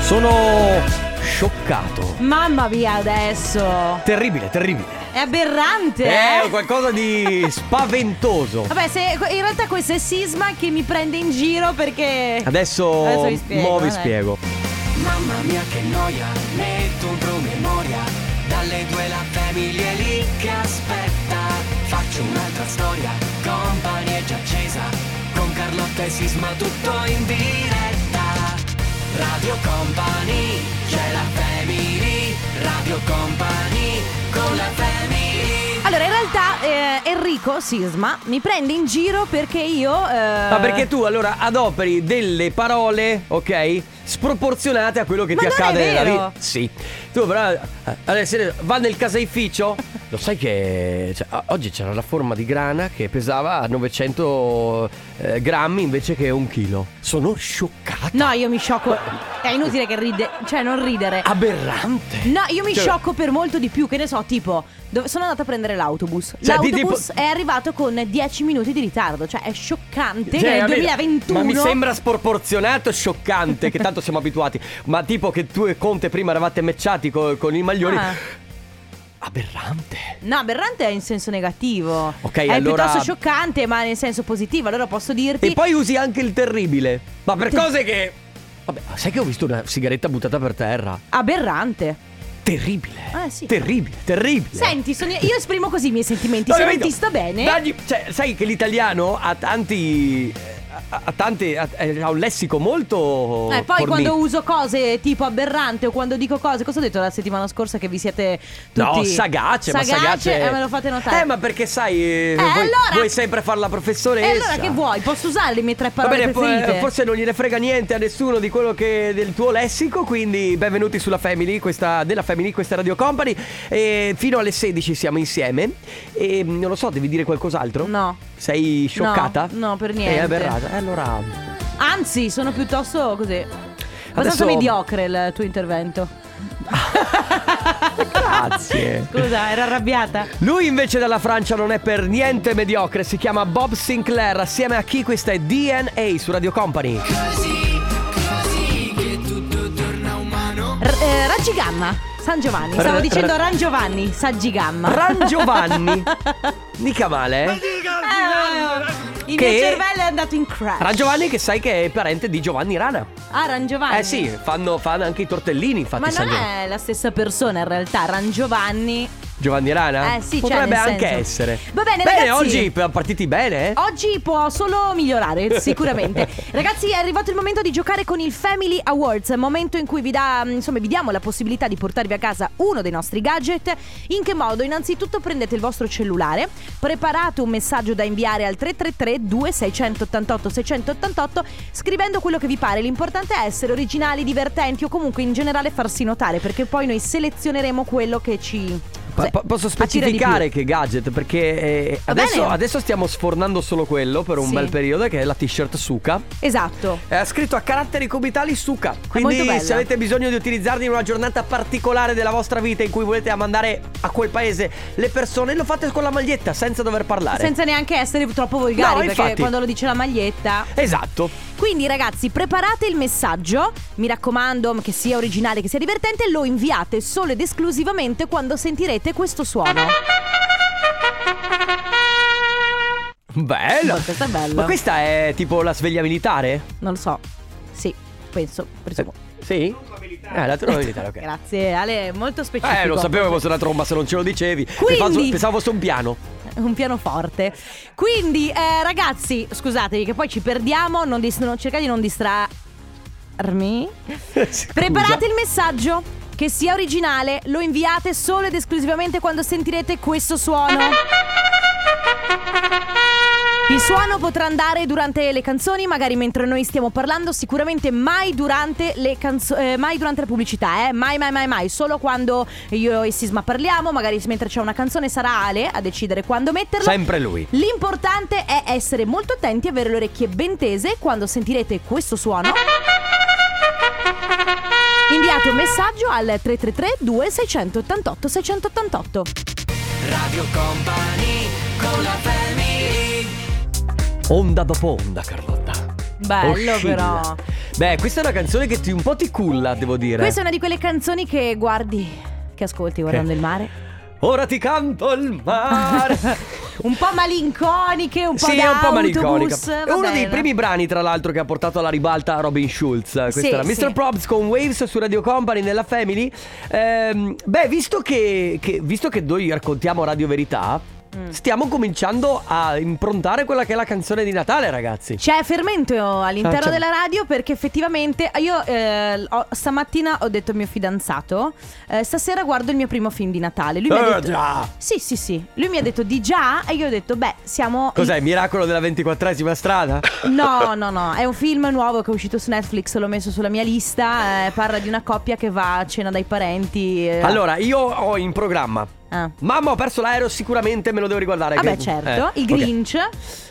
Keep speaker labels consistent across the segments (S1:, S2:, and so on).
S1: Sono scioccato.
S2: Mamma mia, adesso.
S1: Terribile, terribile.
S2: È aberrante.
S1: È
S2: eh?
S1: qualcosa di spaventoso.
S2: Vabbè, se, in realtà questo è Sisma che mi prende in giro perché...
S1: Adesso,
S2: Adesso vi spiego,
S1: mo vi
S2: dai.
S1: spiego.
S3: Mamma mia che noia, metto un promemoria Dalle due la famiglia è lì che aspetta Faccio un'altra storia, company è già accesa Con Carlotta e Sisma tutto in diretta Radio Company, c'è la family Radio Company, con la family
S2: Allora, in realtà eh, Enrico Sisma mi prende in giro perché io... eh,
S1: Ma perché tu allora adoperi delle parole, ok? Sproporzionate a quello che
S2: Ma
S1: ti
S2: non è
S1: accade nella
S2: vero.
S1: vita. Sì. Tu però eh, adesso va nel caseificio? Lo sai che cioè, o- oggi c'era la forma di grana che pesava 900 eh, grammi invece che un chilo. Sono scioccato.
S2: No, io mi sciocco... È inutile che ride... Cioè, non ridere.
S1: Aberrante.
S2: No, io mi
S1: Ah, Cioè-
S2: sciocco per molto di più, che ne so, tipo, dove- sono andata a prendere l'autobus.
S1: Cioè, di
S2: l'autobus
S1: tipo-
S2: è arrivato con 10 minuti di ritardo, cioè è scioccante che
S1: Cioè,
S2: nel
S1: capito?
S2: 2021...
S1: Ma mi sembra sporporzionato e scioccante, che tanto siamo abituati. Ma tipo che tu e Conte prima eravate matchati co- con i maglioni.
S2: Ah.
S1: Aberrante.
S2: No, aberrante è in senso negativo.
S1: Ok,
S2: è
S1: allora-
S2: piuttosto scioccante, ma nel senso positivo. Allora posso dirti.
S1: E poi usi anche il terribile. Ma per cose che. Vabbè, sai che ho visto una sigaretta buttata per terra?
S2: Aberrante.
S1: Terribile.
S2: Eh, sì.
S1: Terribile, terribile.
S2: Senti, sono- io esprimo così i miei sentimenti.
S1: No,
S2: Se non
S1: capito?
S2: ti sta bene.
S1: Dagli- cioè, sai che l'italiano ha tanti. eh, Ha, ha tante- ha- ha un lessico molto.
S2: Eh, poi
S1: fornito.
S2: quando uso cose tipo aberrante o quando dico cose, cosa ho detto la settimana scorsa che vi siete tutti
S1: No, sagace, ma sagace.
S2: eh, me lo fate notare.
S1: Eh, ma perché sai, eh,
S2: Eh,
S1: voi-
S2: allora-
S1: vuoi sempre fare la
S2: E
S1: professoressa.
S2: allora che vuoi? Posso usare le mie tre
S1: Va
S2: parole
S1: bene, po-
S2: preferite?
S1: eh, forse non gliene frega niente a nessuno di quello che del tuo lessico, quindi benvenuti sulla Family, questa della Family, questa Radio Company. E fino alle 16 siamo insieme e mm, non lo so, devi dire qualcos'altro?
S2: No.
S1: Sei scioccata?
S2: No, no, per niente.
S1: È aberrata. Eh, allora
S2: Anzi, sono piuttosto così. Abbastanza
S1: Adesso-
S2: mediocre il tuo intervento.
S1: grazie.
S2: Scusa, ero arrabbiata.
S1: Lui invece dalla Francia non è per niente mediocre, si chiama Bob Sinclair, assieme a chi questa è DNA su Radio Company.
S3: Così, così che tutto torna umano
S2: R- eh, Raggi Gamma, San Giovanni. Stavo
S1: R-
S2: dicendo
S1: R-
S2: Ran Giovanni, Saggi Gamma.
S1: Ran Giovanni. Mica male, eh?
S2: Eh, il
S1: Che-
S2: mio cervello è andato in crash.
S1: Ran Giovanni che sai che è parente di Giovanni Rana.
S2: Ah, Ran Giovanni.
S1: Eh sì, fanno, fanno anche i tortellini, infatti.
S2: Ma
S1: San
S2: non
S1: Giovanni.
S2: è la stessa persona in realtà, Ran Giovanni.
S1: Giovanni Rana?
S2: Eh sì, cioè,
S1: Potrebbe
S2: nel
S1: anche
S2: senso.
S1: essere.
S2: Va bene,
S1: Bene,
S2: ragazzi. Oh,
S1: oggi p- partiti bene, eh?
S2: Oggi può solo migliorare, sicuramente. Ragazzi, è arrivato il momento di giocare con il Family Awards, momento in cui vi, dà, mm, insomma, vi diamo la possibilità di portarvi a casa uno dei nostri gadget. In che modo? Innanzitutto prendete il vostro cellulare, preparate un messaggio da inviare al 333-2688-688 scrivendo quello che vi pare. L'importante è essere originali, divertenti o comunque in generale farsi notare, perché poi noi selezioneremo quello che ci...
S1: Pa- po- posso
S2: attira di più.
S1: specificare che gadget? Perché eh,
S2: Va
S1: adesso,
S2: bene.
S1: adesso stiamo sfornando solo quello per un
S2: Sì.
S1: bel periodo, che è la t-shirt Suka.
S2: Esatto.
S1: È scritto a caratteri cubitali Suka.
S2: molto
S1: Quindi
S2: bella.
S1: se avete bisogno di utilizzarli in una giornata particolare della vostra vita in cui volete mandare a quel paese le persone, lo fate con la maglietta senza dover parlare.
S2: Senza neanche essere troppo volgari,
S1: No,
S2: perché
S1: infatti.
S2: quando lo dice la maglietta.
S1: Esatto.
S2: Quindi, ragazzi, preparate il messaggio. Mi raccomando, che sia originale, che sia divertente, lo inviate solo ed esclusivamente quando sentirete questo suono.
S1: Eh, Bello.
S2: Ma questo è bello.
S1: Ma questa è tipo la sveglia militare?
S2: Non lo so. Sì, penso, presumo.
S1: Sì? Eh, la tromba militare, ok.
S2: Grazie, Ale, molto specifico.
S1: Eh, lo sapevo che fosse una tromba se non ce lo dicevi. Pensavo,
S2: Quindi-
S1: pensavo fosse un piano.
S2: Un pianoforte. Quindi, eh, ragazzi, scusatevi che poi ci perdiamo. Non dis- non- cercate di non distrarmi.
S1: Scusa.
S2: Preparate il messaggio che sia originale, lo inviate solo ed esclusivamente quando sentirete questo suono. Il suono potrà andare durante le canzoni, magari mentre noi stiamo parlando, sicuramente mai durante le canzo- eh, mai durante la pubblicità, eh? Mai, mai, mai, mai. Solo quando io e Sisma parliamo, magari mentre c'è una canzone sarà Ale a decidere quando metterla.
S1: Sempre lui.
S2: L'importante è essere molto attenti e avere le orecchie ben tese quando sentirete questo suono. Inviate un messaggio al 333 2688 688.
S3: Radio Company, con la family
S1: Onda dopo onda, Carlotta.
S2: Bello
S1: Oscilla.
S2: però.
S1: Beh, questa è una canzone che ti, un po' ti culla, devo dire.
S2: Questa è una di quelle canzoni che guardi, che ascolti guardando il mare.
S1: Ora ti canto il mare.
S2: Un po' malinconiche, un po'
S1: sì,
S2: da
S1: è un po' malinconica.
S2: autobus,
S1: È
S2: va
S1: uno dei
S2: bene.
S1: primi brani, tra l'altro, che ha portato alla ribalta Robin Schulz. Questa
S2: Sì,
S1: era Mr.
S2: sì.
S1: Probs con Waves su Radio Company nella Family. Ehm, beh, visto che, che- visto che noi raccontiamo Radio Verità,
S2: Mm.
S1: stiamo cominciando a improntare quella che è la canzone di Natale, ragazzi.
S2: C'è fermento all'interno
S1: Ah, c'è.
S2: della radio perché effettivamente io eh, ho- stamattina ho detto al mio fidanzato, eh, stasera guardo il mio primo film di Natale. Lui mi ha
S1: Eh,
S2: detto...
S1: già.
S2: Sì, sì, sì. Lui mi ha detto di già e io ho detto, beh, siamo...
S1: Cos'è, il miracolo della 24esima strada?
S2: No, no, no, è un film nuovo che è uscito su Netflix, l'ho messo sulla mia lista, eh, parla di una coppia che va a cena dai parenti. eh.
S1: Allora, io ho in programma.
S2: Ah.
S1: Mamma, ho perso l'aereo, sicuramente me lo devo riguardare.
S2: Vabbè,
S1: Grinch.
S2: certo,
S1: Eh,
S2: il
S1: ok.
S2: Grinch.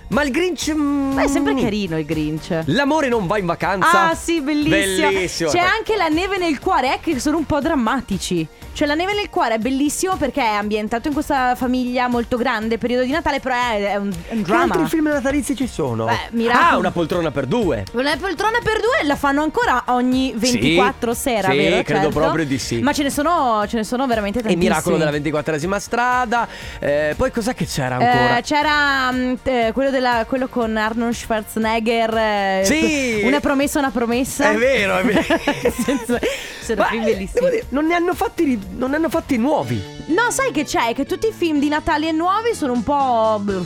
S1: Ma il Grinch. mm,
S2: Ma è sempre carino il Grinch.
S1: L'amore non va in vacanza.
S2: Ah sì, bellissimo.
S1: Bellissimo.
S2: C'è anche la neve nel cuore, eh, che sono un po' drammatici. Cioè la neve nel cuore è bellissimo perché è ambientato in questa famiglia molto grande, periodo di Natale, però è, è un, è un
S1: Che altri
S2: dramma.
S1: film natalizi ci sono?
S2: Beh, miracolo.
S1: Ah, una poltrona per due.
S2: La poltrona per due la fanno ancora ogni 24
S1: Sì,
S2: sera,
S1: sì,
S2: vero?
S1: credo
S2: Certo.
S1: proprio di sì.
S2: Ma ce ne sono, ce ne sono veramente
S1: E il
S2: tantissimi.
S1: miracolo della 24esima strada. Eh, poi cos'è che c'era ancora?
S2: Eh, c'era mm, eh, quello, della- quello con Arnold Schwarzenegger. eh,
S1: Sì.
S2: Una promessa, una promessa.
S1: È vero, è vero.
S2: Senza- sono
S1: Ma,
S2: film
S1: eh,
S2: bellissimi.
S1: devo dire, non ne hanno fatti, ri- non ne hanno fatti nuovi.
S2: No, sai che c'è? Che tutti i film di Natale nuovi sono un po'. bluh,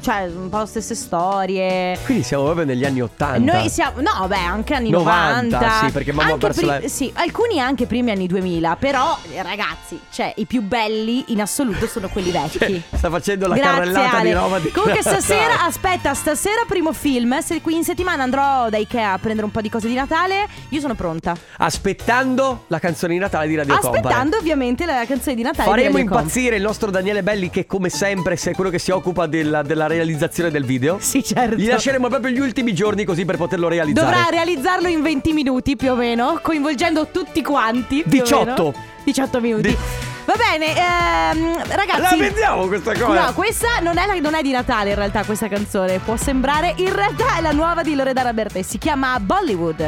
S2: Cioè, un po' le stesse storie.
S1: Quindi siamo proprio negli anni 80.
S2: Noi siamo. No, beh, anche anni 90.
S1: 90, sì, perché mamma ha
S2: Anche
S1: perso la-
S2: Sì, alcuni anche primi anni 2000. Però, eh, ragazzi, cioè, i più belli in assoluto sono quelli vecchi.
S1: Cioè, Sta facendo la
S2: Grazie
S1: carrellata
S2: Ale.
S1: di roba di
S2: Comunque
S1: Natale.
S2: stasera, aspetta, stasera primo film. Se qui in settimana andrò da Ikea a prendere un po' di cose di Natale, io sono pronta.
S1: Aspettando la canzone di Natale di Radio Company.
S2: Aspettando ovviamente la canzone di Natale. di
S1: Faremo
S2: Radio Company.
S1: impazzire il nostro Daniele Belli che come sempre è quello che si occupa della, della realizzazione del video.
S2: Sì, certo.
S1: Gli lasceremo proprio gli ultimi giorni così per poterlo realizzare.
S2: Dovrà realizzarlo in 20 minuti più o meno, coinvolgendo tutti quanti. più o
S1: 18.
S2: meno. 18 minuti.
S1: Di-
S2: Va bene, ehm,
S1: La
S2: ragazzi.
S1: vendiamo questa cosa.
S2: No, questa non è, la- non è di Natale in realtà questa canzone, può sembrare, in realtà è la nuova di Loredana Bertè, si chiama Bollywood.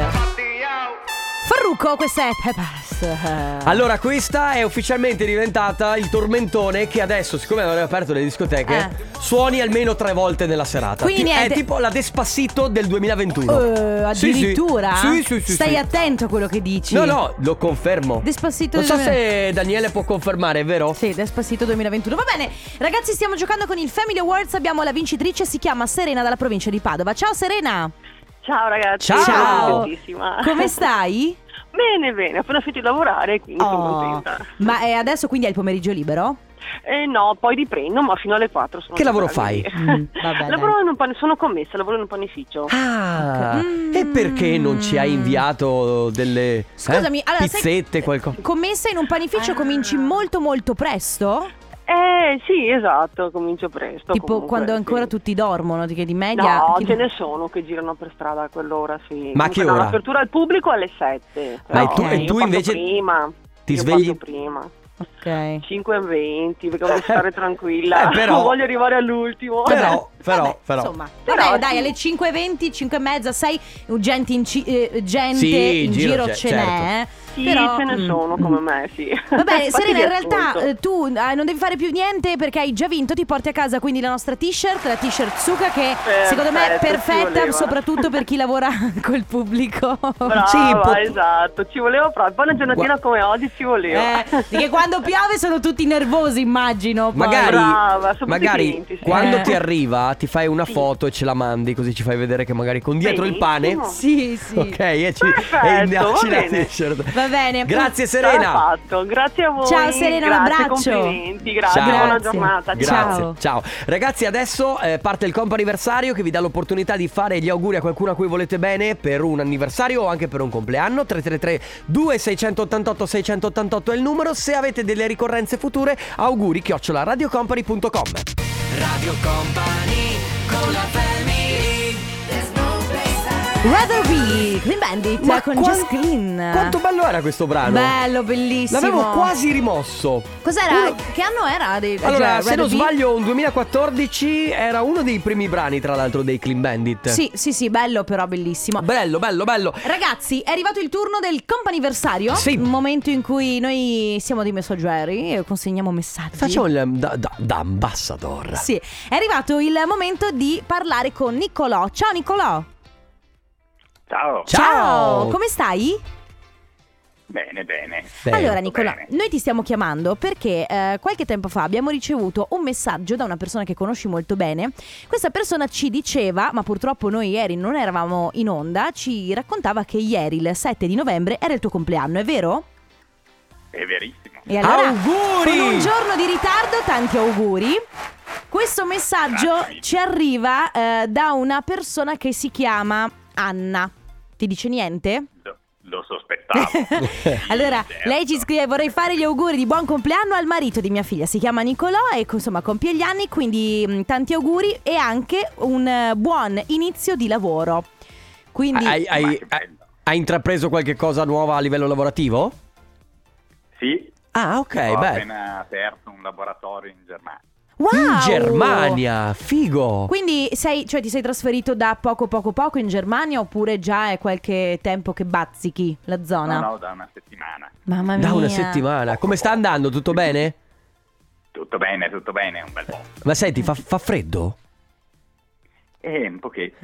S2: Farrucco, questa è Pepas.
S1: Allora, questa è ufficialmente diventata il tormentone che adesso, siccome avevano aperto le discoteche,
S2: Eh.
S1: suoni almeno tre volte nella serata.
S2: Quindi
S1: Ti-
S2: niente.
S1: È tipo la Despassito del 2021.
S2: Eh,
S1: Sì, sì.
S2: addirittura?
S1: Sì, sì, sì.
S2: Stai
S1: sì.
S2: attento a quello che dici.
S1: No, no, lo confermo.
S2: Despacito
S1: Non so
S2: del 2021.
S1: se Daniele può confermare, è vero?
S2: Sì, Despacito 2021. Va bene, ragazzi, stiamo giocando con il Family Awards. Abbiamo la vincitrice, si chiama Serena dalla provincia di Padova. Ciao Serena!
S4: Ciao ragazzi,
S1: Ciao.
S4: sono contentissima.
S2: Come stai?
S4: Bene, bene, ho appena finito di lavorare, quindi sono
S2: Oh,
S4: contenta.
S2: Ma eh, adesso quindi hai il pomeriggio libero?
S4: Eh, no, poi riprendo, ma fino alle 4 sono
S1: Che lavoro
S4: ancora
S1: fai?
S4: lì.
S2: Mm, vabbè, dai.
S4: lavoro in un pane- sono commessa, lavoro in un panificio.
S1: Ah,
S2: Ok. Mm.
S1: e perché non ci hai inviato delle eh,
S2: Scusami, allora, sai-
S1: pizzette, qualcosa?
S2: Commessa in un panificio
S4: Ah.
S2: cominci molto molto presto?
S1: Ah.
S4: Eh sì, esatto, comincio presto.
S2: tipo
S4: comunque,
S2: quando
S4: sì.
S2: ancora tutti dormono, che di media...
S4: No,
S2: chi-
S4: ce ne sono che girano per strada a quell'ora, sì.
S1: Ma a
S4: Comunque,
S1: che
S4: no,
S1: ora?
S4: L'apertura al pubblico è alle 7.
S1: Ma
S4: però
S1: e tu- e
S4: io
S1: tu
S4: parto
S1: invece
S4: prima,
S1: ti
S4: io
S1: svegli-
S4: parto prima.
S2: Ok.
S4: 5 e 20, perché voglio stare
S1: Eh,
S4: tranquilla.
S1: però-
S4: Non voglio arrivare all'ultimo. Cioè,
S1: Però, però,
S2: Vabbè,
S1: però.
S2: Insomma,
S4: Però
S2: vabbè,
S4: sì.
S2: dai, alle 5.20, 5.30, 6, gente in, ci- eh, gente
S1: Sì,
S2: in
S1: giro
S2: giro,
S1: c'è,
S2: ce
S1: certo.
S2: n'è.
S4: Sì,
S2: però-
S4: ce ne
S2: mm,
S4: sono
S2: mm.
S4: come me, sì.
S2: Vabbè,
S4: Infatti
S2: Serena,
S4: li
S2: in realtà
S4: ascolto.
S2: eh, tu eh, non devi fare più niente perché hai già vinto, ti porti a casa quindi la nostra t-shirt, la t-shirt Suka che secondo me è
S4: Perfetto, ci
S2: perfetta
S4: voleva.
S2: soprattutto per chi lavora col pubblico.
S4: Brava,
S1: Sì, po-
S4: esatto, ci voleva proprio. Poi una giornatina
S1: Gua-
S4: come oggi ci voleva.
S2: Eh, perché quando piove sono tutti nervosi, immagino. poi.
S1: Magari,
S4: Brava, soprattutto
S1: magari
S4: i clienti, sì.
S1: quando
S2: Eh.
S1: ti arriva ti fai una
S4: Sì.
S1: foto e ce la mandi così ci fai vedere che magari con dietro il pane...
S4: Benissimo.
S2: Sì, sì.
S1: Ok, e ci
S4: Perfetto,
S1: e indossci
S4: va
S1: la
S4: bene.
S1: t-shirt.
S2: Va bene.
S1: certo. Grazie
S4: Sarà
S1: Serena.
S4: fatto. Grazie a voi.
S2: Ciao, Serena, un
S4: grazie,
S2: abbraccio.
S4: Complimenti, grazie.
S1: Ciao.
S4: Buona
S2: Grazie.
S4: giornata.
S1: Grazie, ciao. Ragazzi, adesso eh, parte il compo anniversario che vi dà l'opportunità di fare gli auguri a qualcuno a cui volete bene per un anniversario o anche per un compleanno. 333 2688 688 è il numero. Se avete delle ricorrenze future, auguri chiocciola radiocompany.com. Radio Company con la
S2: Rather Be, Clean Bandit
S1: Ma
S2: con
S1: quan-
S2: Just Clean.
S1: Quanto bello era questo brano?
S2: Bello, bellissimo.
S1: L'avevo quasi rimosso.
S2: Cos'era?
S1: Uno-
S2: Che anno era? dei-
S1: Allora,
S2: cioè,
S1: se non
S2: Rather Be?
S1: sbaglio, un 2014 era uno dei primi brani, tra l'altro, dei Clean Bandit.
S2: Sì, sì, sì, bello però, bellissimo.
S1: Bello, bello, bello.
S2: Ragazzi, è arrivato il turno del companiversario.
S1: Sì.
S2: Un momento in cui noi siamo dei messaggeri e consegniamo messaggi.
S1: Facciamo il um, da, da- da ambassador.
S2: Sì, è arrivato il momento di parlare con Niccolò. Ciao Niccolò.
S5: Ciao.
S1: Ciao.
S2: Come stai?
S5: Bene, bene.
S1: Bene.
S2: allora Niccolò,
S5: bene.
S2: noi ti stiamo chiamando perché eh, qualche tempo fa abbiamo ricevuto un messaggio da una persona che conosci molto bene. Questa persona ci diceva, ma purtroppo noi ieri non eravamo in onda, ci raccontava che ieri il 7 di novembre era il tuo compleanno, è vero?
S5: È verissimo.
S2: E allora,
S1: Auguri!
S2: Con un giorno di ritardo, tanti auguri. Questo messaggio
S5: Grazie.
S2: ci arriva eh, da una persona che si chiama Anna. Ti dice niente?
S5: Lo, lo sospettavo.
S2: allora,
S5: certo.
S2: lei ci scrive: Vorrei fare gli auguri di buon compleanno al marito di mia figlia. Si chiama Nicolò e insomma compie gli anni, quindi mh, tanti auguri e anche un eh, buon inizio di lavoro. Quindi,
S1: Hai, hai-
S5: Ma che bello.
S1: hai intrapreso qualche cosa nuova a livello lavorativo?
S5: Sì,
S1: Ah, ok,
S6: Eh,
S5: ho
S1: beh.
S5: appena aperto un laboratorio in Germania.
S2: wow!
S1: Ah, In Germania, figo.
S2: Quindi sei, cioè, ti sei trasferito da poco poco poco in Germania oppure già è qualche tempo che bazzichi la zona?
S5: No, no, da una settimana.
S2: Mamma mia.
S1: Da una settimana. Come sta andando? Tutto bene?
S5: Tutto bene, tutto bene, un bel po'.
S1: Ma senti, fa, fa freddo?
S5: E un pochetto.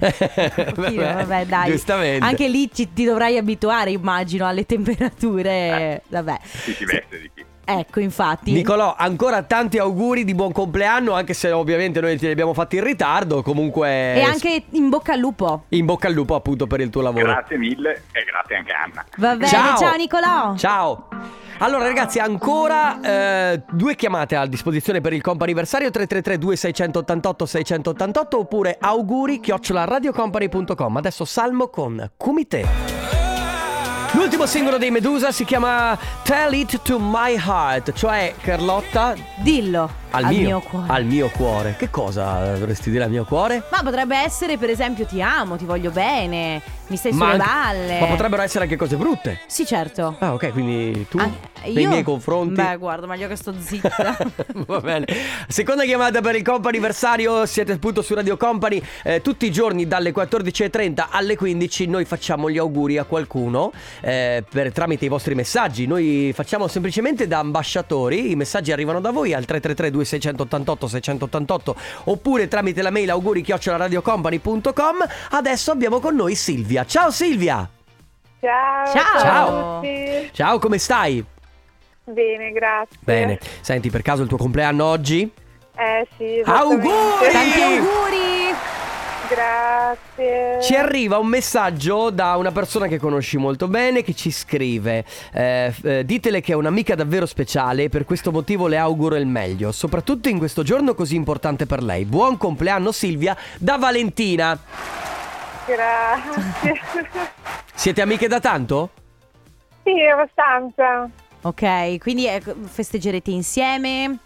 S2: Sì, vabbè, dai.
S1: Giustamente.
S2: Anche lì ci- ti dovrai abituare, immagino, alle temperature. Vabbè.
S5: Si si veste di chi.
S2: Ecco, infatti.
S1: Nicolò, ancora tanti auguri di buon compleanno, anche se ovviamente noi te li abbiamo fatti in ritardo, comunque
S2: e anche in bocca al lupo.
S1: in bocca al lupo appunto per il tuo lavoro.
S5: Grazie mille e grazie anche a Anna.
S2: Va bene, ciao,
S1: Ciao.
S2: Nicolò.
S1: Ciao. Allora ragazzi, ancora eh, due chiamate a disposizione per il comp anniversario 333 2688 688 oppure auguri radiocompany.com. Adesso Salmo con Kumite. L'ultimo singolo dei Medusa si chiama Tell It to My Heart, cioè Carlotta
S2: Dillo
S1: al,
S2: mio, cuore.
S1: Al mio cuore. Che cosa dovresti dire al mio cuore?
S2: Ma potrebbe essere, per esempio, ti amo, ti voglio bene, mi stai
S1: ma,
S2: sulle
S1: anche-
S2: balle.
S1: ma potrebbero essere anche cose brutte.
S2: Sì, certo.
S1: Ah, ok, quindi tu
S2: Ah,
S1: nei
S2: io?
S1: miei confronti.
S2: Beh, guarda, meglio che sto zitta.
S1: Va bene. Seconda chiamata per il comp anniversario, siete appunto su Radio Company. eh, tutti i giorni dalle 14.30 alle 15 noi facciamo gli auguri a qualcuno eh, per- tramite i vostri messaggi. Noi facciamo semplicemente da ambasciatori, i messaggi arrivano da voi al 333 2688 688 oppure tramite la mail auguri radiocompany.com. Adesso abbiamo con noi Silvia. Ciao Silvia!
S7: Ciao,
S2: Ciao.
S7: ciao a tutti.
S1: Ciao, come stai?
S7: Bene, grazie.
S1: Bene. Senti, per caso il tuo compleanno oggi?
S7: Eh sì, esattamente.
S1: Auguri!
S2: Tanti auguri!
S7: Grazie.
S1: Ci arriva un messaggio da una persona che conosci molto bene che ci scrive eh, f- eh, Ditele che è un'amica davvero speciale e per questo motivo le auguro il meglio Soprattutto in questo giorno così importante per lei Buon compleanno Silvia da Valentina
S7: Grazie.
S1: Siete amiche da tanto?
S7: sì, abbastanza.
S2: Ok, quindi eh, festeggerete insieme?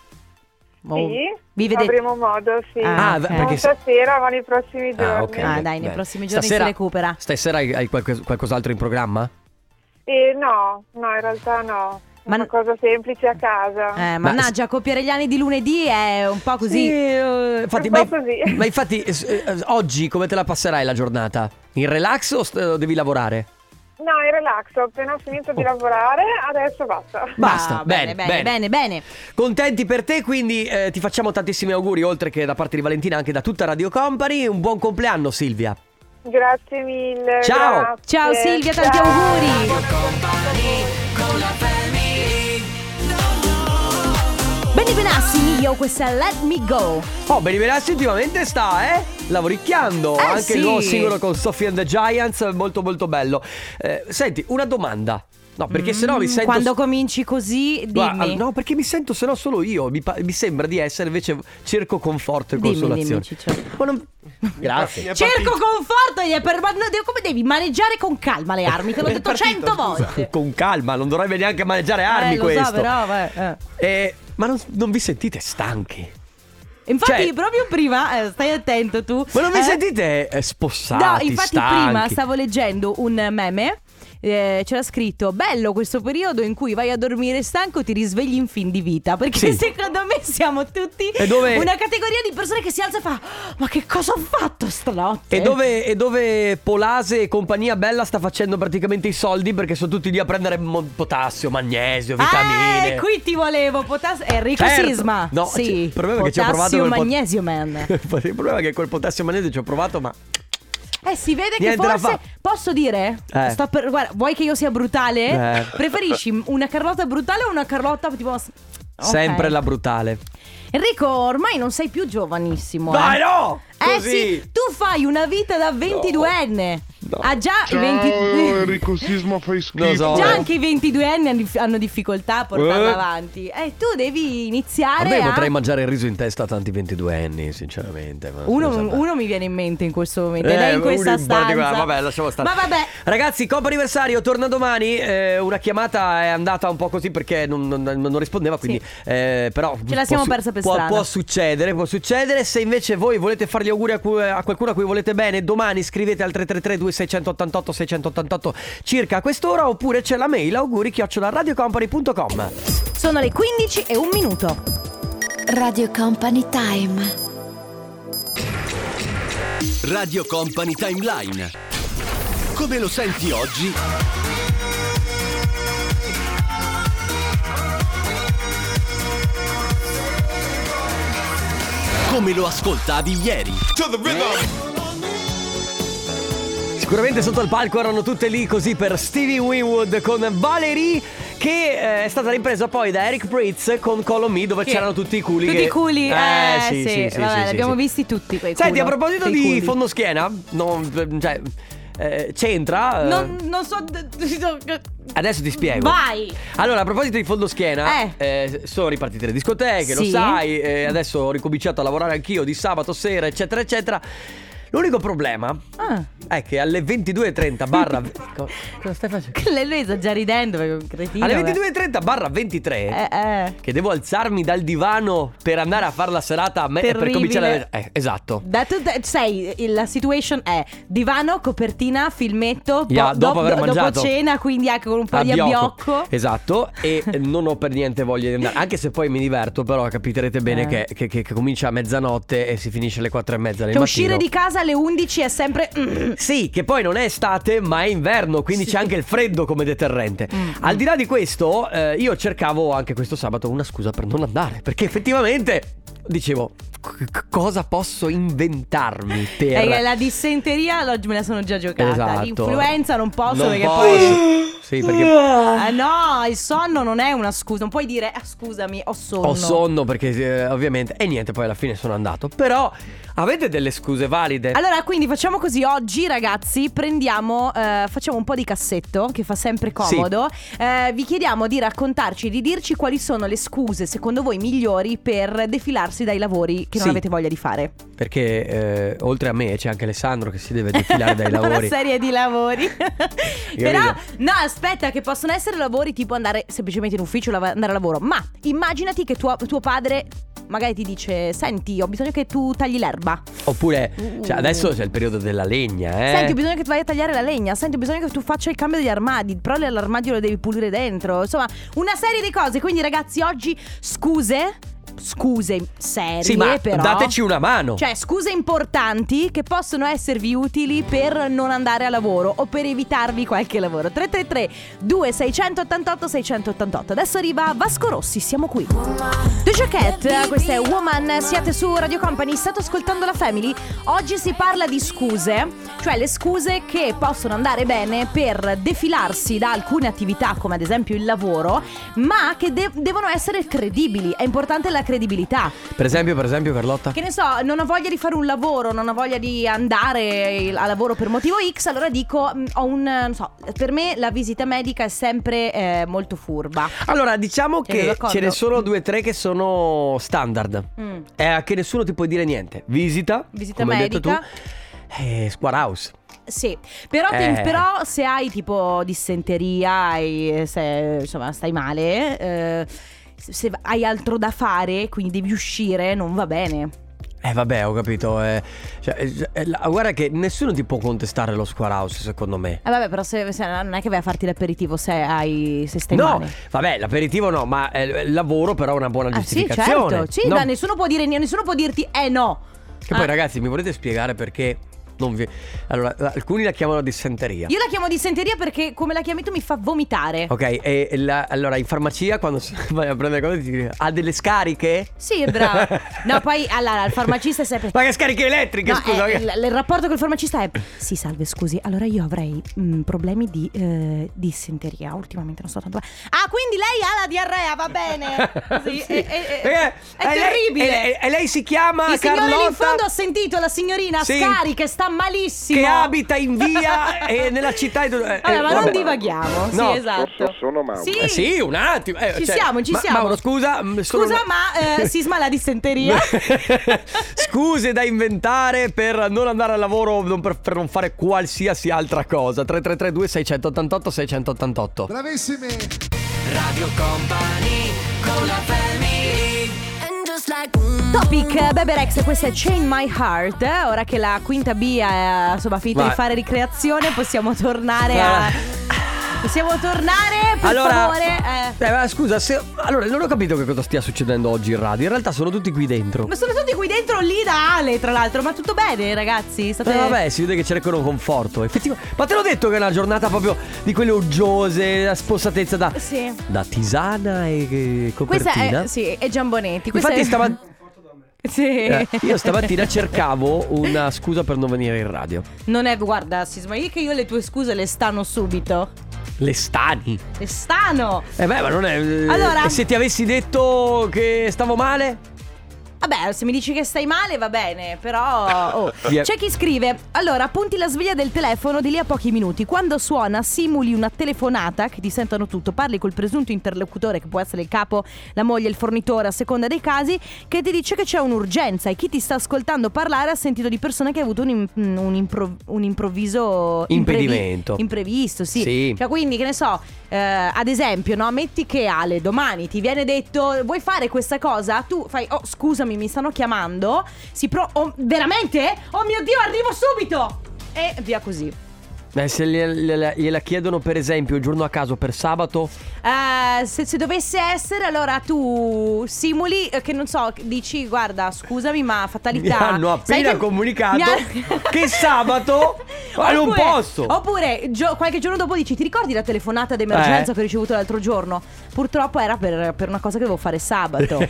S2: Oh,
S7: Sì.
S2: Vi vedete?
S7: Avremo modo, sì.
S2: Ah,
S1: Ah, beh,
S2: ok.
S1: perché
S7: non stasera, ma nei prossimi giorni.
S1: ok.
S2: Ah, dai, nei
S1: Bene.
S2: prossimi giorni si
S1: Stasera-
S2: recupera.
S1: Stasera hai, hai qualche- qualcos'altro in programma?
S7: Eh, no, no, in realtà no.
S2: Ma-
S7: Una cosa semplice a casa.
S2: Eh, mannaggia, copiare gli anni di lunedì è un po' così.
S1: Sì, eh, infatti,
S7: Un
S1: ma,
S7: po' così.
S1: ma infatti eh, s- eh, oggi come te la passerai la giornata? In relax o st- o devi lavorare?
S7: No, in relax, ho appena finito di
S1: Oh.
S7: lavorare, adesso basta.
S1: Basta,
S2: Ah, bene, bene, bene, bene.
S1: Contenti per te, quindi eh, ti facciamo tantissimi auguri, oltre che da parte di Valentina, anche da tutta Radio Company. Un buon compleanno, Silvia.
S7: Grazie mille.
S1: Ciao.
S7: grazie.
S2: Ciao Silvia, tanti
S7: Ciao.
S2: auguri. Benny Benassi, io questa è Let Me Go.
S1: Oh, Beni Benassi ultimamente sta, eh? Lavoricchiando.
S2: Eh,
S1: anche
S2: sì.
S1: il nuovo singolo con Sophie and the Giants, molto molto bello. Eh, senti, una domanda. No, perché sennò mi
S2: Mm,
S1: sento...
S2: Quando cominci così, dimmi.
S1: Guarda, no, perché mi sento sennò solo io. Mi, pa- mi sembra di essere invece cerco conforto e
S2: Dimmi,
S1: consolazione.
S2: dimmi, Ciccio.
S1: Ma non- Grazie.
S2: Cerco conforto e per ma- no, come devi maneggiare con calma le armi, te l'ho detto cento volte.
S1: Con calma, non dovrebbe neanche maneggiare armi
S2: eh, lo
S1: questo.
S2: so, però, vabbè, eh.
S1: Eh, ma non, non vi sentite stanchi?
S2: Infatti,
S1: Cioè-
S2: proprio prima, eh, stai attento tu.
S1: Ma non mi
S2: eh,
S1: sentite eh, spossati?
S2: No, infatti
S1: stanchi?
S2: prima stavo leggendo un meme. eh, c'era scritto bello questo periodo in cui vai a dormire stanco ti risvegli in fin di vita perché
S1: Sì.
S2: secondo me siamo tutti
S1: E dove-
S2: una categoria di persone che si alza e fa ma che cosa ho fatto stanotte
S1: E dove, e dove Polase e compagnia bella sta facendo praticamente i soldi perché sono tutti lì a prendere mo- potassio, magnesio, vitamine.
S2: eh, qui ti volevo potas- eh, Enrico
S1: Certo.
S2: Sisma
S1: No, c-
S2: sì.
S1: il problema è che ci ho provato
S2: Potassio
S1: col pot-
S2: magnesio man
S1: Il problema è che col potassio e magnesio ci ho provato, ma
S2: Eh, si vede
S1: Niente
S2: che
S1: da
S2: forse
S1: fa-
S2: posso dire?
S1: Eh.
S2: Sto per, guarda, vuoi che io sia brutale?
S1: Eh.
S2: Preferisci una carlotta brutale o una carlotta tipo. Ok.
S1: sempre la brutale.
S2: Enrico, ormai non sei più giovanissimo.
S1: Dai,
S2: eh.
S1: no!
S2: Eh
S1: Così.
S2: sì, tu fai una vita da 22enne.
S1: No.
S2: Ah, già i
S8: Ciao
S2: 20
S8: Enrico Sisma fai schifo
S1: Lo so.
S2: Già anche i 22enni hanno dif- hanno difficoltà a portarla
S1: Eh.
S2: avanti. Eh, tu devi
S1: A
S2: iniziare
S1: me
S2: a.
S1: potrei mangiare il riso in testa a tanti 22enni, sinceramente. ma
S2: Uno,
S1: scusa, ma-
S2: uno mi viene in mente in questo momento,
S1: Eh,
S2: ed è in
S1: uno
S2: questa
S1: in
S2: stanza.
S1: particolare, Vabbè, lasciamo stare.
S2: Ma vabbè,
S1: Ragazzi, Coppa anniversario torna domani. eh, una chiamata è andata un po' così perché non, non- non rispondeva. Quindi, eh, però.
S2: Ce la siamo
S1: può su-
S2: persa per
S1: può,
S2: strada.
S1: Può succedere, può succedere. Se invece voi volete fare gli auguri a, cui- a qualcuno a cui volete bene, domani scrivete al 333-2688-688 circa a quest'ora. Oppure c'è la mail auguri radiocompany.com.
S2: sono le 15 e un minuto.
S9: Radio Company Time.
S10: Radio Company Timeline. Come lo senti oggi? Come lo ascoltavi ieri?
S1: Sicuramente sotto il palco erano tutte lì così per Stevie Winwood con Valerie che eh, è stata ripresa poi da Eric Pritz con Call on Me dove
S2: Che-
S1: c'erano tutti i culi.
S2: Tutti
S1: che-
S2: i culi, eh, sì, vabbè,
S1: sì,
S2: li abbiamo
S1: sì.
S2: visti tutti quei
S1: Senti,
S2: culo,
S1: a proposito
S2: quei
S1: di
S2: culi.
S1: fondo schiena, non- cioè, eh, c'entra... eh,
S2: Non, non so.
S1: Adesso ti spiego.
S2: Vai!
S1: Allora, a proposito di fondo schiena,
S2: Eh.
S1: eh, sono ripartite le discoteche, lo
S2: Sì.
S1: sai, eh, adesso ho ricominciato a lavorare anch'io di sabato sera, eccetera, eccetera. L'unico problema
S2: Ah.
S1: è che alle 22.30 barra... Co- cosa stai facendo?
S2: Lei lei sta già ridendo perché è un cretino.
S1: Alle
S2: beh.
S1: 22.30 barra 23
S2: Eh, eh.
S1: Che devo alzarmi dal divano per andare a fare la serata a me per
S2: Terribile.
S1: cominciare la... Eh, esatto.
S2: Da tutte- sai, il- la situation è divano, copertina, filmetto, po-
S1: Ya, dopo
S2: do-
S1: aver
S2: do-
S1: mangiato.
S2: cena, quindi anche con un po' di
S1: Abbiocco.
S2: abbiocco.
S1: Esatto, e non ho per niente voglia di andare. Anche se poi mi diverto, però capirete bene
S2: Eh.
S1: che, che- che- che comincia a mezzanotte e si finisce alle 4 e mezza del
S2: Cioè,
S1: mattino.
S2: uscire di casa alle 11 è sempre. mm,
S1: Sì, che poi non è estate, ma è inverno, quindi c'è anche il freddo come deterrente.
S2: Mm.
S1: Al di là di questo, eh, io cercavo anche questo sabato una scusa per non andare, perché effettivamente dicevo "C- c- cosa posso inventarmi per
S2: eh, la dissenteria l'oggi me la sono già giocata.
S1: Esatto.
S2: L'influenza non posso
S1: Non
S2: perché
S1: posso.
S2: poi.
S1: Sì, perché
S2: Ah, no, il sonno non è una scusa. Non puoi dire, "Ah, scusami, ho sonno.
S1: ho sonno perché eh, ovviamente e niente, poi alla fine sono andato. Però avete delle scuse valide?
S2: Allora, quindi facciamo così oggi, ragazzi, prendiamo, eh, facciamo un po' di cassetto che fa sempre comodo. Eh, vi chiediamo di raccontarci, di dirci quali sono le scuse secondo voi migliori per defilarsi dai lavori che non
S1: Sì.
S2: avete voglia di fare.
S1: Perché eh, oltre a me c'è anche Alessandro che si deve defilare dai
S2: Da
S1: lavori.
S2: Una serie di lavori. Però,
S1: vedo.
S2: no, aspetta, che possono essere lavori tipo andare semplicemente in ufficio, lava- andare a lavoro. Ma immaginati che tuo, tuo padre magari ti dice, senti, ho bisogno che tu tagli l'erba.
S1: Oppure cioè,
S2: Uh.
S1: adesso c'è il periodo della legna, eh.
S2: Senti, ho bisogno che tu vai a tagliare la legna. Senti, ho bisogno che tu faccia il cambio degli armadi. Però l'armadio lo devi pulire dentro. Insomma, una serie di cose. Quindi, ragazzi, oggi scuse. Scuse serie,
S1: Sì, ma
S2: però.
S1: dateci una mano.
S2: Cioè, scuse importanti che possono esservi utili per non andare a lavoro o per evitarvi qualche lavoro. 333 2688 688. Adesso arriva Vasco Rossi, siamo qui. Doja Cat, questa è Woman, siete su Radio Company, state ascoltando la Family. Oggi si parla di scuse, cioè le scuse che possono andare bene per defilarsi da alcune attività come ad esempio il lavoro, ma che de- devono essere credibili. È importante la credibilità.
S1: Per esempio, per esempio, Carlotta.
S2: Che ne so, non ho voglia di fare un lavoro, non ho voglia di andare il- a lavoro per motivo X, allora dico, mh, ho un, eh, non so, per me la visita medica è sempre eh, molto furba.
S1: Allora, diciamo
S2: Siete
S1: che
S2: Eh, d'accordo?
S1: ce ne sono due o tre che sono standard.
S2: Mm.
S1: E a che nessuno ti può dire niente. Visita,
S2: Visita
S1: come
S2: medica.
S1: hai detto tu. E square house.
S2: Sì, però, te-
S1: Eh.
S2: però se hai tipo dissenteria, hai- se insomma stai male, eh, se hai altro da fare, quindi devi uscire, non va bene.
S1: Eh vabbè, ho capito. eh. Cioè, eh, eh, la- guarda che nessuno ti può contestare lo square house, secondo me.
S2: Eh vabbè, però se, se- non è che vai a farti l'aperitivo se hai se stai
S1: No,
S2: male.
S1: vabbè, l'aperitivo no, ma eh, il lavoro però è una buona
S2: Ah, sì,
S1: giustificazione.
S2: certo. Sì,
S1: no?
S2: ma nessuno può dire niente, nessuno può dirti eh no.
S1: Che poi
S2: Ah.
S1: ragazzi, mi volete spiegare perché non vi... Allora, alcuni la chiamano dissenteria.
S2: Io la chiamo dissenteria perché come la chiami tu mi fa vomitare.
S1: Ok, e la- allora in farmacia quando si- vai a prendere cose ti dicono, ha delle scariche?
S2: Sì, brava. No, poi allora il farmacista è sempre
S1: Ma che scariche elettriche,
S2: No,
S1: scusa.
S2: eh,
S1: che-
S2: il, il rapporto col farmacista è Sì, salve, scusi Allora io avrei mm, problemi di eh, dissenteria Ultimamente non so tanto bene." Ah, quindi lei ha la diarrea, va bene Sì,
S1: Sì.
S2: È, è- è-
S1: Perché- e
S2: è
S1: lei-
S2: terribile
S1: e- e- E lei si chiama
S2: Il signore lì
S1: Carlotta
S2: in fondo ha sentito la signorina
S1: Sì.
S2: Scariche, sta malissimo
S1: che abita in via e nella città di- eh,
S2: Allora, ma non
S1: vabbè.
S2: divaghiamo
S1: No.
S2: Sì, esatto
S8: Posso solo Mauro?
S2: Sì,
S1: Eh sì, un attimo. eh,
S2: Ci
S1: cioè,
S2: siamo, ci
S1: ma-
S2: siamo
S1: Mauro, scusa. mh, sono
S2: Scusa,
S1: una-
S2: ma eh, sisma la dissenteria
S1: Scuse da inventare per non andare al lavoro, non per, per non fare qualsiasi altra cosa. 3332 688 688.
S3: Radio Company con la family
S2: mm.
S9: eh,
S2: Topic Bebe Rex, questa è Chain My Heart. eh, Ora che la quinta B è insomma finita
S1: Ma-
S2: di fare ricreazione, possiamo tornare a. Possiamo tornare, per favore. eh.
S1: eh, ma scusa, se- allora non ho capito che cosa stia succedendo oggi in radio. In realtà sono tutti qui dentro.
S2: Ma sono tutti qui dentro lì da Ale, tra l'altro. Ma tutto bene, ragazzi? State...
S1: Eh, vabbè, si vede che cercano conforto. Effettivamente, ma te l'ho detto che è una giornata proprio di quelle uggiose, la spossatezza da,
S2: Sì.
S1: da tisana e, e
S2: Questa
S1: copertina.
S2: è. Sì, è Giambonetti. Questa
S1: Infatti,
S2: è...
S1: stamattina.
S2: Sì.
S1: Eh, io stamattina cercavo una scusa per non venire in radio.
S2: Non è. Guarda, Sisma, io che io le tue scuse le stanno subito.
S1: Le stani.
S2: Le stanno.
S1: Eh beh, ma non è.
S2: Allora.
S1: E se ti avessi detto che stavo male?
S2: Vabbè, se mi dici che stai male va bene, però... oh.
S1: Yeah.
S2: C'è chi scrive, allora appunti la sveglia del telefono di lì a pochi minuti, quando suona simuli una telefonata che ti sentono tutto, parli col presunto interlocutore che può essere il capo, la moglie, il fornitore a seconda dei casi, che ti dice che c'è un'urgenza e chi ti sta ascoltando parlare ha sentito di persone che ha avuto un, im- un impro- un improvviso... imprevi-
S1: Impedimento.
S2: imprevisto, sì.
S1: Sì.
S2: Cioè, quindi, che ne so, eh, ad esempio, no? Metti che Ale domani ti viene detto vuoi fare questa cosa? Tu fai, oh scusami, mi stanno chiamando. Si pro- oh, veramente? Oh mio Dio, arrivo subito! E via così.
S1: Eh, se gliela, gliela- gliela chiedono, per esempio, un giorno a caso per sabato.
S2: Eh, se, se dovesse essere, allora tu simuli eh, che non so, dici guarda, scusami, ma
S1: Mi
S2: fatalità.
S1: hanno
S2: Sai
S1: appena
S2: che-
S1: comunicato
S2: mi ha-
S1: che sabato. Ma non
S2: Oppure-
S1: posso.
S2: Oppure gio- qualche giorno dopo dici: Ti ricordi la telefonata d'emergenza
S1: Eh.
S2: che ho ricevuto l'altro giorno? Purtroppo era per, per una cosa che dovevo fare sabato.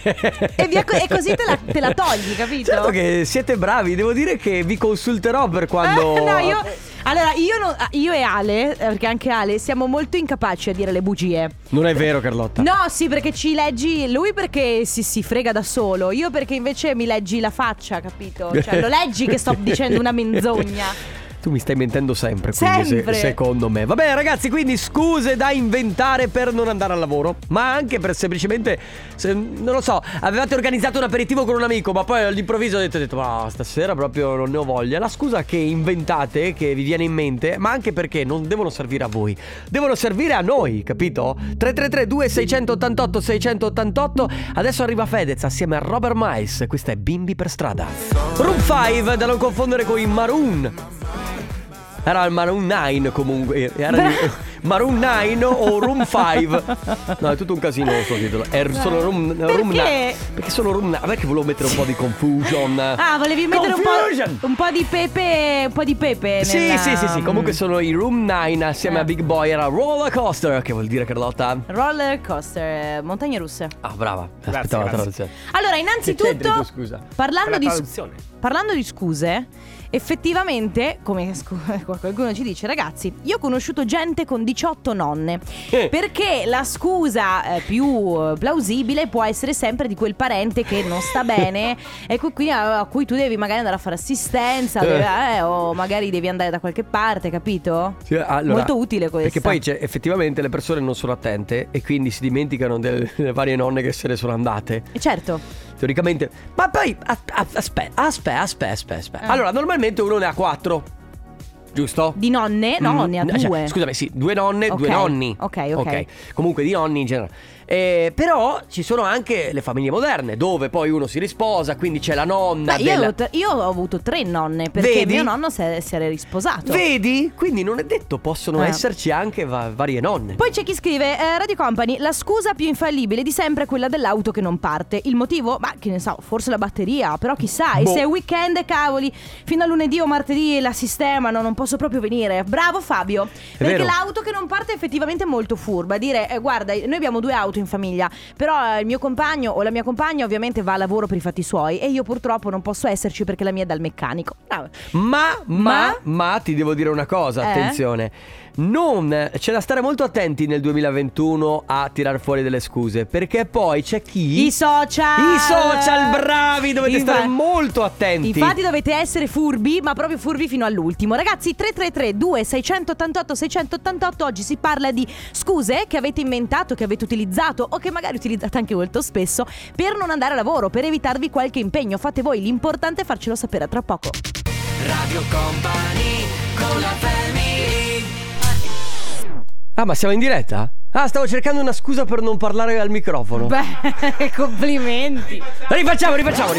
S2: e, via co- e così te la, te la togli, capito? Eh,
S1: Certo che siete bravi, devo dire che vi consulterò per quando.
S2: Eh, no, io, allora, io, non- io e Ale, eh, perché anche Ale, siamo molto incapaci a dire le bugie.
S1: Non è vero, Carlotta.
S2: No, sì, perché ci leggi lui perché si, si frega da solo, io perché invece mi leggi la faccia, capito? Cioè, lo leggi che sto dicendo una menzogna.
S1: Tu mi stai mentendo sempre, quindi, se-
S2: Sempre.
S1: secondo me. Vabbè, ragazzi, quindi scuse da inventare per non andare al lavoro, ma anche per semplicemente, se- non lo so, avevate organizzato un aperitivo con un amico, ma poi all'improvviso avete detto, ma stasera proprio non ne ho voglia. La scusa che inventate, che vi viene in mente, ma anche perché non devono servire a voi, devono servire a noi, capito? 3332 688 688 Adesso arriva Fedez assieme a Robert Miles, questa è Bimbi per strada. Room 5, da non confondere con i Maroon. Era il Maroon 9 comunque. Era il- Maroon 9 o Room 5. No, è tutto un casino il suo titolo. È solo Room, room 9.
S2: Perché?
S1: Perché solo Room 9. Non è che volevo mettere un po' di confusion.
S2: Ah, volevi mettere un
S1: Confusion!
S2: po', un po' di pepe, un po' di pepe.
S1: Sì,
S2: nella-
S1: sì, sì, sì. Comunque sono i Room 9 assieme
S2: Eh.
S1: a Big Boy. Era Roller Coaster. Che vuol dire Carlotta?
S2: Roller coaster, eh, montagne russe.
S1: Ah, brava. Aspettavo la traduzione.
S2: Allora,
S1: Che c'entri tu,
S2: innanzitutto,
S1: scusa?
S2: parlando di, parlando di scuse, effettivamente, come scu- qualcuno ci dice, ragazzi, io ho conosciuto gente con 18 nonne.
S1: Eh.
S2: Perché la scusa eh, più eh, plausibile può essere sempre di quel parente che non sta bene e cu- quindi a, a cui tu devi magari andare a fare assistenza
S1: Eh.
S2: eh, o magari devi andare da qualche parte, capito?
S1: Sì, allora,
S2: Molto utile questa.
S1: Perché poi c'è- effettivamente le persone non sono attente e quindi si dimenticano del- delle varie nonne che se ne sono andate.
S2: Certo.
S1: Teoricamente. Ma poi. Aspetta, aspetta, aspetta, aspetta.
S2: Eh.
S1: Allora, normalmente uno ne ha quattro. giusto?
S2: Di nonne? No,
S1: Mm,
S2: ne ha
S1: no, cioè,
S2: due.
S1: scusami, sì, due nonne, due
S2: Ok,
S1: nonni.
S2: ok, ok.
S1: Comunque di nonni in generale. Eh, però ci sono anche le famiglie moderne, dove poi uno si risposa, quindi c'è la nonna.
S2: Beh, io,
S1: della-
S2: ho t- io ho avuto tre nonne perché
S1: Vedi?
S2: mio nonno si è- si era risposato.
S1: Vedi? Quindi non è detto, possono
S2: Eh.
S1: esserci anche va- varie nonne.
S2: Poi c'è chi scrive, eh, Radio Company, la scusa più infallibile di sempre è quella dell'auto che non parte. Il motivo? Ma che ne so, forse la batteria, però chissà, e
S1: Boh.
S2: se è weekend, cavoli, fino a lunedì o martedì la sistemano, non posso proprio venire. Bravo Fabio, perché
S1: vero.
S2: l'auto che non parte è effettivamente molto furba. Dire, eh, guarda, noi abbiamo due auto in famiglia, però eh, il mio compagno o la mia compagna ovviamente va a lavoro per i fatti suoi e io purtroppo non posso esserci perché la mia è dal meccanico. Bravo.
S1: Ma, ma,
S2: Ma?
S1: ma, ti devo dire una cosa,
S2: Eh?
S1: attenzione. Non c'è da stare molto attenti nel 2021 a tirar fuori delle scuse, perché poi c'è chi
S2: I social!
S1: I social, bravi, dovete
S2: Infa-
S1: stare molto attenti.
S2: Infatti dovete essere furbi, ma proprio furbi fino all'ultimo. Ragazzi, 333 2688 688 oggi si parla di scuse che avete inventato, che avete utilizzato o che magari utilizzate anche molto spesso per non andare a lavoro, per evitarvi qualche impegno. Fate voi, l'importante è farcelo sapere a tra poco.
S3: Radio Company con la family
S1: Ah, ma siamo in diretta? Ah, stavo cercando una scusa per non parlare al microfono.
S2: Beh, complimenti.
S1: Rifacciamo, rifacciamo.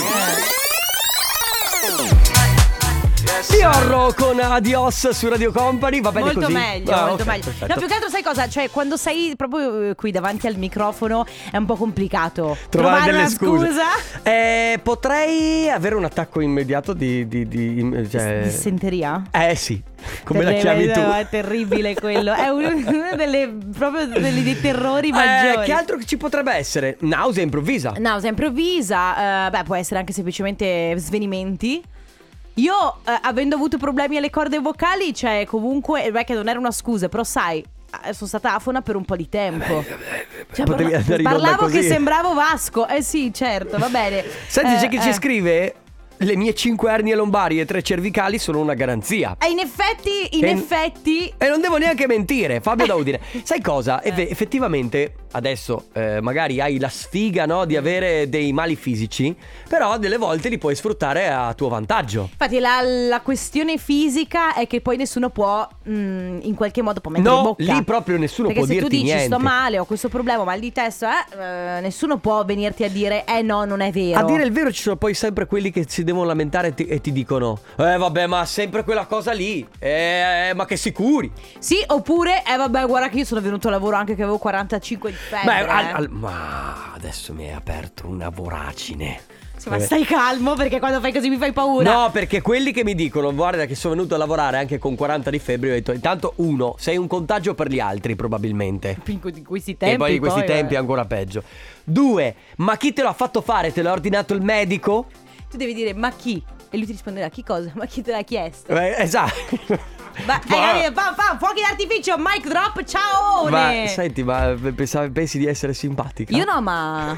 S1: Diorro con Adios su Radio Company, va bene
S2: molto
S1: così?
S2: meglio,
S1: Ah,
S2: molto
S1: ok,
S2: meglio.
S1: perfetto.
S2: No, più che altro sai cosa? Cioè, quando sei proprio eh, qui davanti al microfono è un po' complicato
S1: Trovare, delle
S2: una
S1: scuse.
S2: scusa.
S1: Eh, potrei avere un attacco immediato di. di, di- im- cioè-
S2: Di senteria?
S1: eh sì, come la
S2: Terribile,
S1: chiami tu?
S2: no, È terribile quello. È uno uno delle, proprio delle- dei terrori
S1: Eh,
S2: maggiori.
S1: che altro ci potrebbe essere? Nausea improvvisa.
S2: Nausea improvvisa, eh, beh, può essere anche semplicemente svenimenti. Io, eh, avendo avuto problemi alle corde vocali, cioè comunque, beh, che non era una scusa, però sai, eh, sono stata afona per un po' di
S1: Eh
S2: tempo. Cioè,
S1: potevi
S2: parla-
S1: andare in onda
S2: parlavo che
S1: così.
S2: sembravo Vasco. Eh sì, certo, va bene.
S1: Senti,
S2: Eh,
S1: c'è chi ci
S2: eh.
S1: scrive: Le mie 5 ernie lombari e 3 cervicali sono una garanzia.
S2: Eh, in effetti, in
S1: Che-
S2: effetti,
S1: E non devo neanche mentire, Fabio da Udine. Sai cosa?
S2: Eh.
S1: Eff- effettivamente, adesso eh, magari hai la sfiga no, di avere dei mali fisici, però delle volte li puoi sfruttare a tuo vantaggio.
S2: Infatti la, la questione fisica è che poi nessuno può mm, in qualche modo può mettere
S1: No,
S2: in bocca.
S1: lì proprio nessuno
S2: Perché
S1: può
S2: se tu
S1: dirti
S2: dici sto
S1: niente.
S2: male, ho questo problema, ho mal di testa, eh, eh, nessuno può venirti a dire eh no, non è vero.
S1: A dire il vero ci sono poi sempre quelli che si devono lamentare e ti, e ti dicono Eh vabbè ma sempre quella cosa lì, eh, ma che sicuri
S2: Sì, oppure eh vabbè, guarda che io sono venuto a lavoro anche che avevo 45 di febbre.
S1: Beh, al-
S2: eh.
S1: al- ma adesso mi è aperto una voracine
S2: Sì, ma stai calmo perché quando fai così mi fai paura.
S1: No, perché quelli che mi dicono, guarda che sono venuto a lavorare anche con 40 di febbre, io ho detto, intanto uno, sei un contagio per gli altri probabilmente.
S2: In que- di questi tempi.
S1: E poi in questi tempi è
S2: eh.
S1: ancora peggio. Due, ma chi te lo ha fatto fare? Te l'ha ordinato il medico?
S2: Tu devi dire ma chi? E lui ti risponderà chi cosa? Ma chi te l'ha chiesto?
S1: Eh, esatto.
S2: Ma, eh, eh, fa, fa, fuochi d'artificio, mic drop, ciao!
S1: ma senti, ma pensavi- pensi di essere simpatica?
S2: Io no, ma.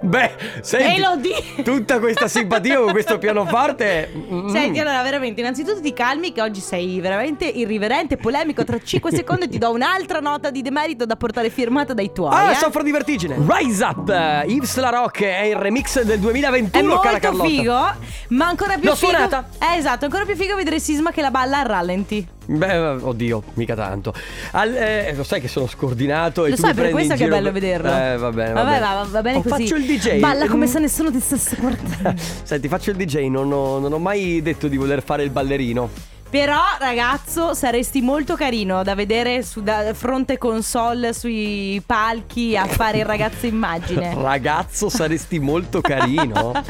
S1: Beh, senti,
S2: Elodie!
S1: tutta questa simpatia con questo pianoforte. mm,
S2: Senti, allora, veramente, innanzitutto ti calmi che oggi sei veramente irriverente, polemico. Tra 5 secondi ti do un'altra nota di demerito da portare firmata dai tuoi.
S1: Ah,
S2: eh.
S1: soffro di vertigine. Rise Up, eh, Yves La Rock è il remix del 2021,
S2: È
S1: cara
S2: molto
S1: Carlotta.
S2: figo, ma ancora più
S1: L'ho
S2: figo.
S1: suonata.
S2: Eh, esatto, ancora più figo vedere Sisma che la balla al rallenti.
S1: Beh, oddio, mica tanto. Al- eh, lo sai che sono scordinato e
S2: Lo
S1: tu
S2: sai,
S1: mi
S2: per
S1: prendi
S2: questo
S1: in
S2: che è
S1: giro
S2: bello
S1: per-
S2: vederlo.
S1: Eh, va bene, va
S2: Vabbè,
S1: bene.
S2: va, va bene
S1: Oh,
S2: così.
S1: Faccio il DJ.
S2: Balla come
S1: Mm.
S2: se nessuno ti stesse guardando.
S1: Senti, faccio il DJ, non ho, non ho mai detto di voler fare il ballerino.
S2: Però, ragazzo, saresti molto carino da vedere su da fronte console sui palchi a fare il ragazzo immagine.
S1: Ragazzo, saresti molto carino.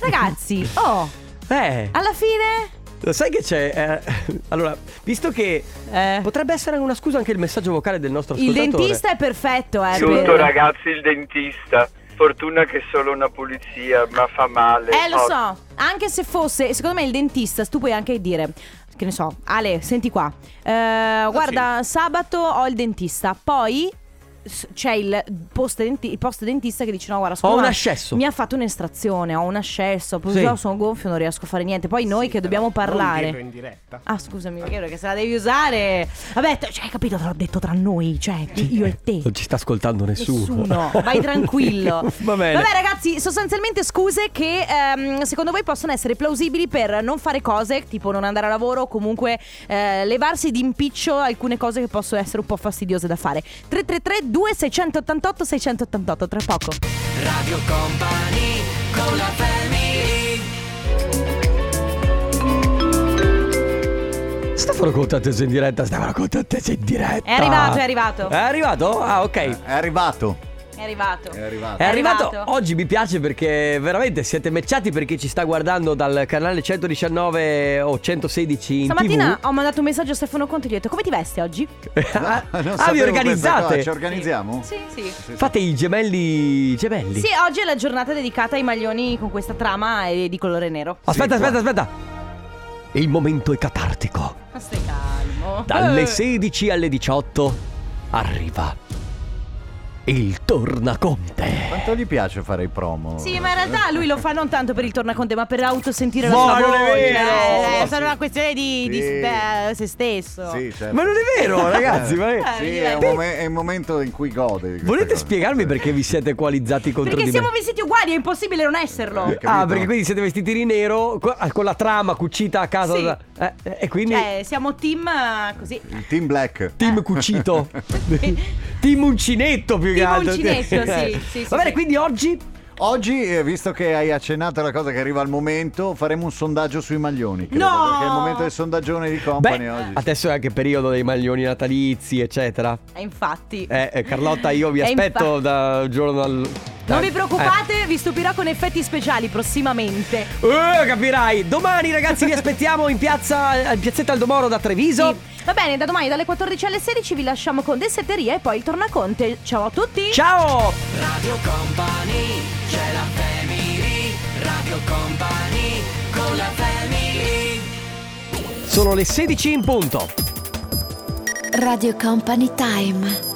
S2: Ragazzi, oh,
S1: eh,
S2: alla fine.
S1: lo sai che c'è? eh, allora, visto che
S2: eh,
S1: potrebbe essere una scusa anche il messaggio vocale del nostro
S2: il
S1: ascoltatore.
S2: dentista è perfetto, eh.
S11: Tutto
S2: per-
S11: ragazzi il dentista. Fortuna che è solo una pulizia, ma fa male.
S2: Eh, lo
S11: Oh,
S2: so. Anche se fosse, secondo me, il dentista, tu puoi anche dire. Che ne
S1: Ah,
S2: so, Ale, senti qua. Eh, guarda, sabato ho il dentista, poi. s- c'è il post, denti- il post dentista che dice no guarda scusa
S1: Ho un
S2: ma
S1: ascesso."
S2: mi ha fatto un'estrazione ho un ascesso poi
S1: Sì.
S2: io sono gonfio non riesco a fare niente poi noi che dobbiamo parlare
S12: in diretta.
S2: ah scusami è vero che se la devi usare vabbè te- cioè, hai capito te l'ho detto tra noi cioè io e te
S1: Non ci sta ascoltando nessuno.
S2: Nessuno, vai tranquillo.
S1: Va bene.
S2: Vabbè, ragazzi, sostanzialmente scuse che ehm, secondo voi possono essere plausibili per non fare cose, tipo non andare a lavoro o comunque eh, levarsi d'impiccio alcune cose che possono essere un po' fastidiose da fare. 333 2688 688 tra poco.
S3: Radio Company con la family
S1: Stefano Contattese in diretta, Stefano Contattese in diretta.
S2: È arrivato, è arrivato.
S1: È arrivato? Ah, ok. È
S6: arrivato.
S2: È arrivato. È
S6: arrivato.
S1: È arrivato. Oggi mi piace perché veramente siete mecciati perché ci sta guardando dal canale 119 o 116 in
S2: Stamattina
S1: TV.
S2: ho mandato un messaggio a Stefano Conti e gli ho detto "Come ti vesti oggi?"
S1: ah,
S6: Non
S1: ah, vi
S6: sapevo questa cosa,
S1: organizzate.
S6: Ci organizziamo?
S2: Sì, sì.
S1: Fate i gemelli gemelli.
S2: Sì, oggi è la giornata dedicata ai maglioni con questa trama eh, di colore nero.
S1: Aspetta, aspetta, aspetta. Il momento è catartico.
S2: Ma stai calmo.
S1: Dalle
S2: Eh.
S1: 16 alle 18 arriva il tornaconte.
S6: Quanto gli piace fare i promo?
S2: Sì, ma in realtà lui lo fa non tanto per il tornaconte, ma per autosentire
S6: No,
S2: la sua
S6: non è
S2: voce.
S6: vero!
S2: Eh, è
S6: Sì.
S2: solo una questione di, di
S6: Sì.
S2: se- eh, se stesso.
S6: Sì, certo.
S1: Ma non è vero, ragazzi. ma è-
S2: Eh.
S6: Sì, è un, momen- è un momento in cui gode. di queste
S1: Volete
S6: cose.
S1: spiegarmi perché vi siete equalizzati contro di
S2: Perché
S1: me?
S2: siamo vestiti uguali, è impossibile non esserlo.
S6: Eh,
S1: Ah,
S6: capito?
S1: perché quindi siete vestiti di nero co- ah, con la trama cucita a casa.
S2: Sì.
S1: da- eh, eh, e quindi
S2: Cioè, siamo team eh, così.
S6: Il team black.
S1: team cucito. team uncinetto più che
S2: Team
S1: altro.
S2: uncinetto,
S1: Eh.
S2: sì, sì, sì,
S1: Va bene,
S2: sì.
S1: quindi oggi
S6: Oggi, eh, visto che hai accennato alla cosa che arriva al momento, faremo un sondaggio sui maglioni. credo,
S2: No!
S6: Perché è il momento del sondaggione di company
S1: Beh,
S6: oggi.
S1: adesso è anche periodo dei maglioni natalizi, eccetera.
S2: E infatti.
S1: Eh, eh, Carlotta, io vi
S2: Eh,
S1: aspetto
S2: infatti.
S1: da giorno al.
S2: Non
S1: eh,
S2: vi preoccupate, vi stupirò con effetti speciali prossimamente.
S1: eh. Eh, capirai. Domani, ragazzi, vi aspettiamo in piazza in Piazzetta Aldomoro da Treviso.
S2: Sì. Va bene, da domani dalle 14 alle 16 vi lasciamo con Dessetteria e poi il tornaconte. Ciao a tutti.
S1: Ciao!
S3: Radio Company c'è la family Radio Company con la family
S1: Sono le 16 in punto.
S9: Radio Company Time.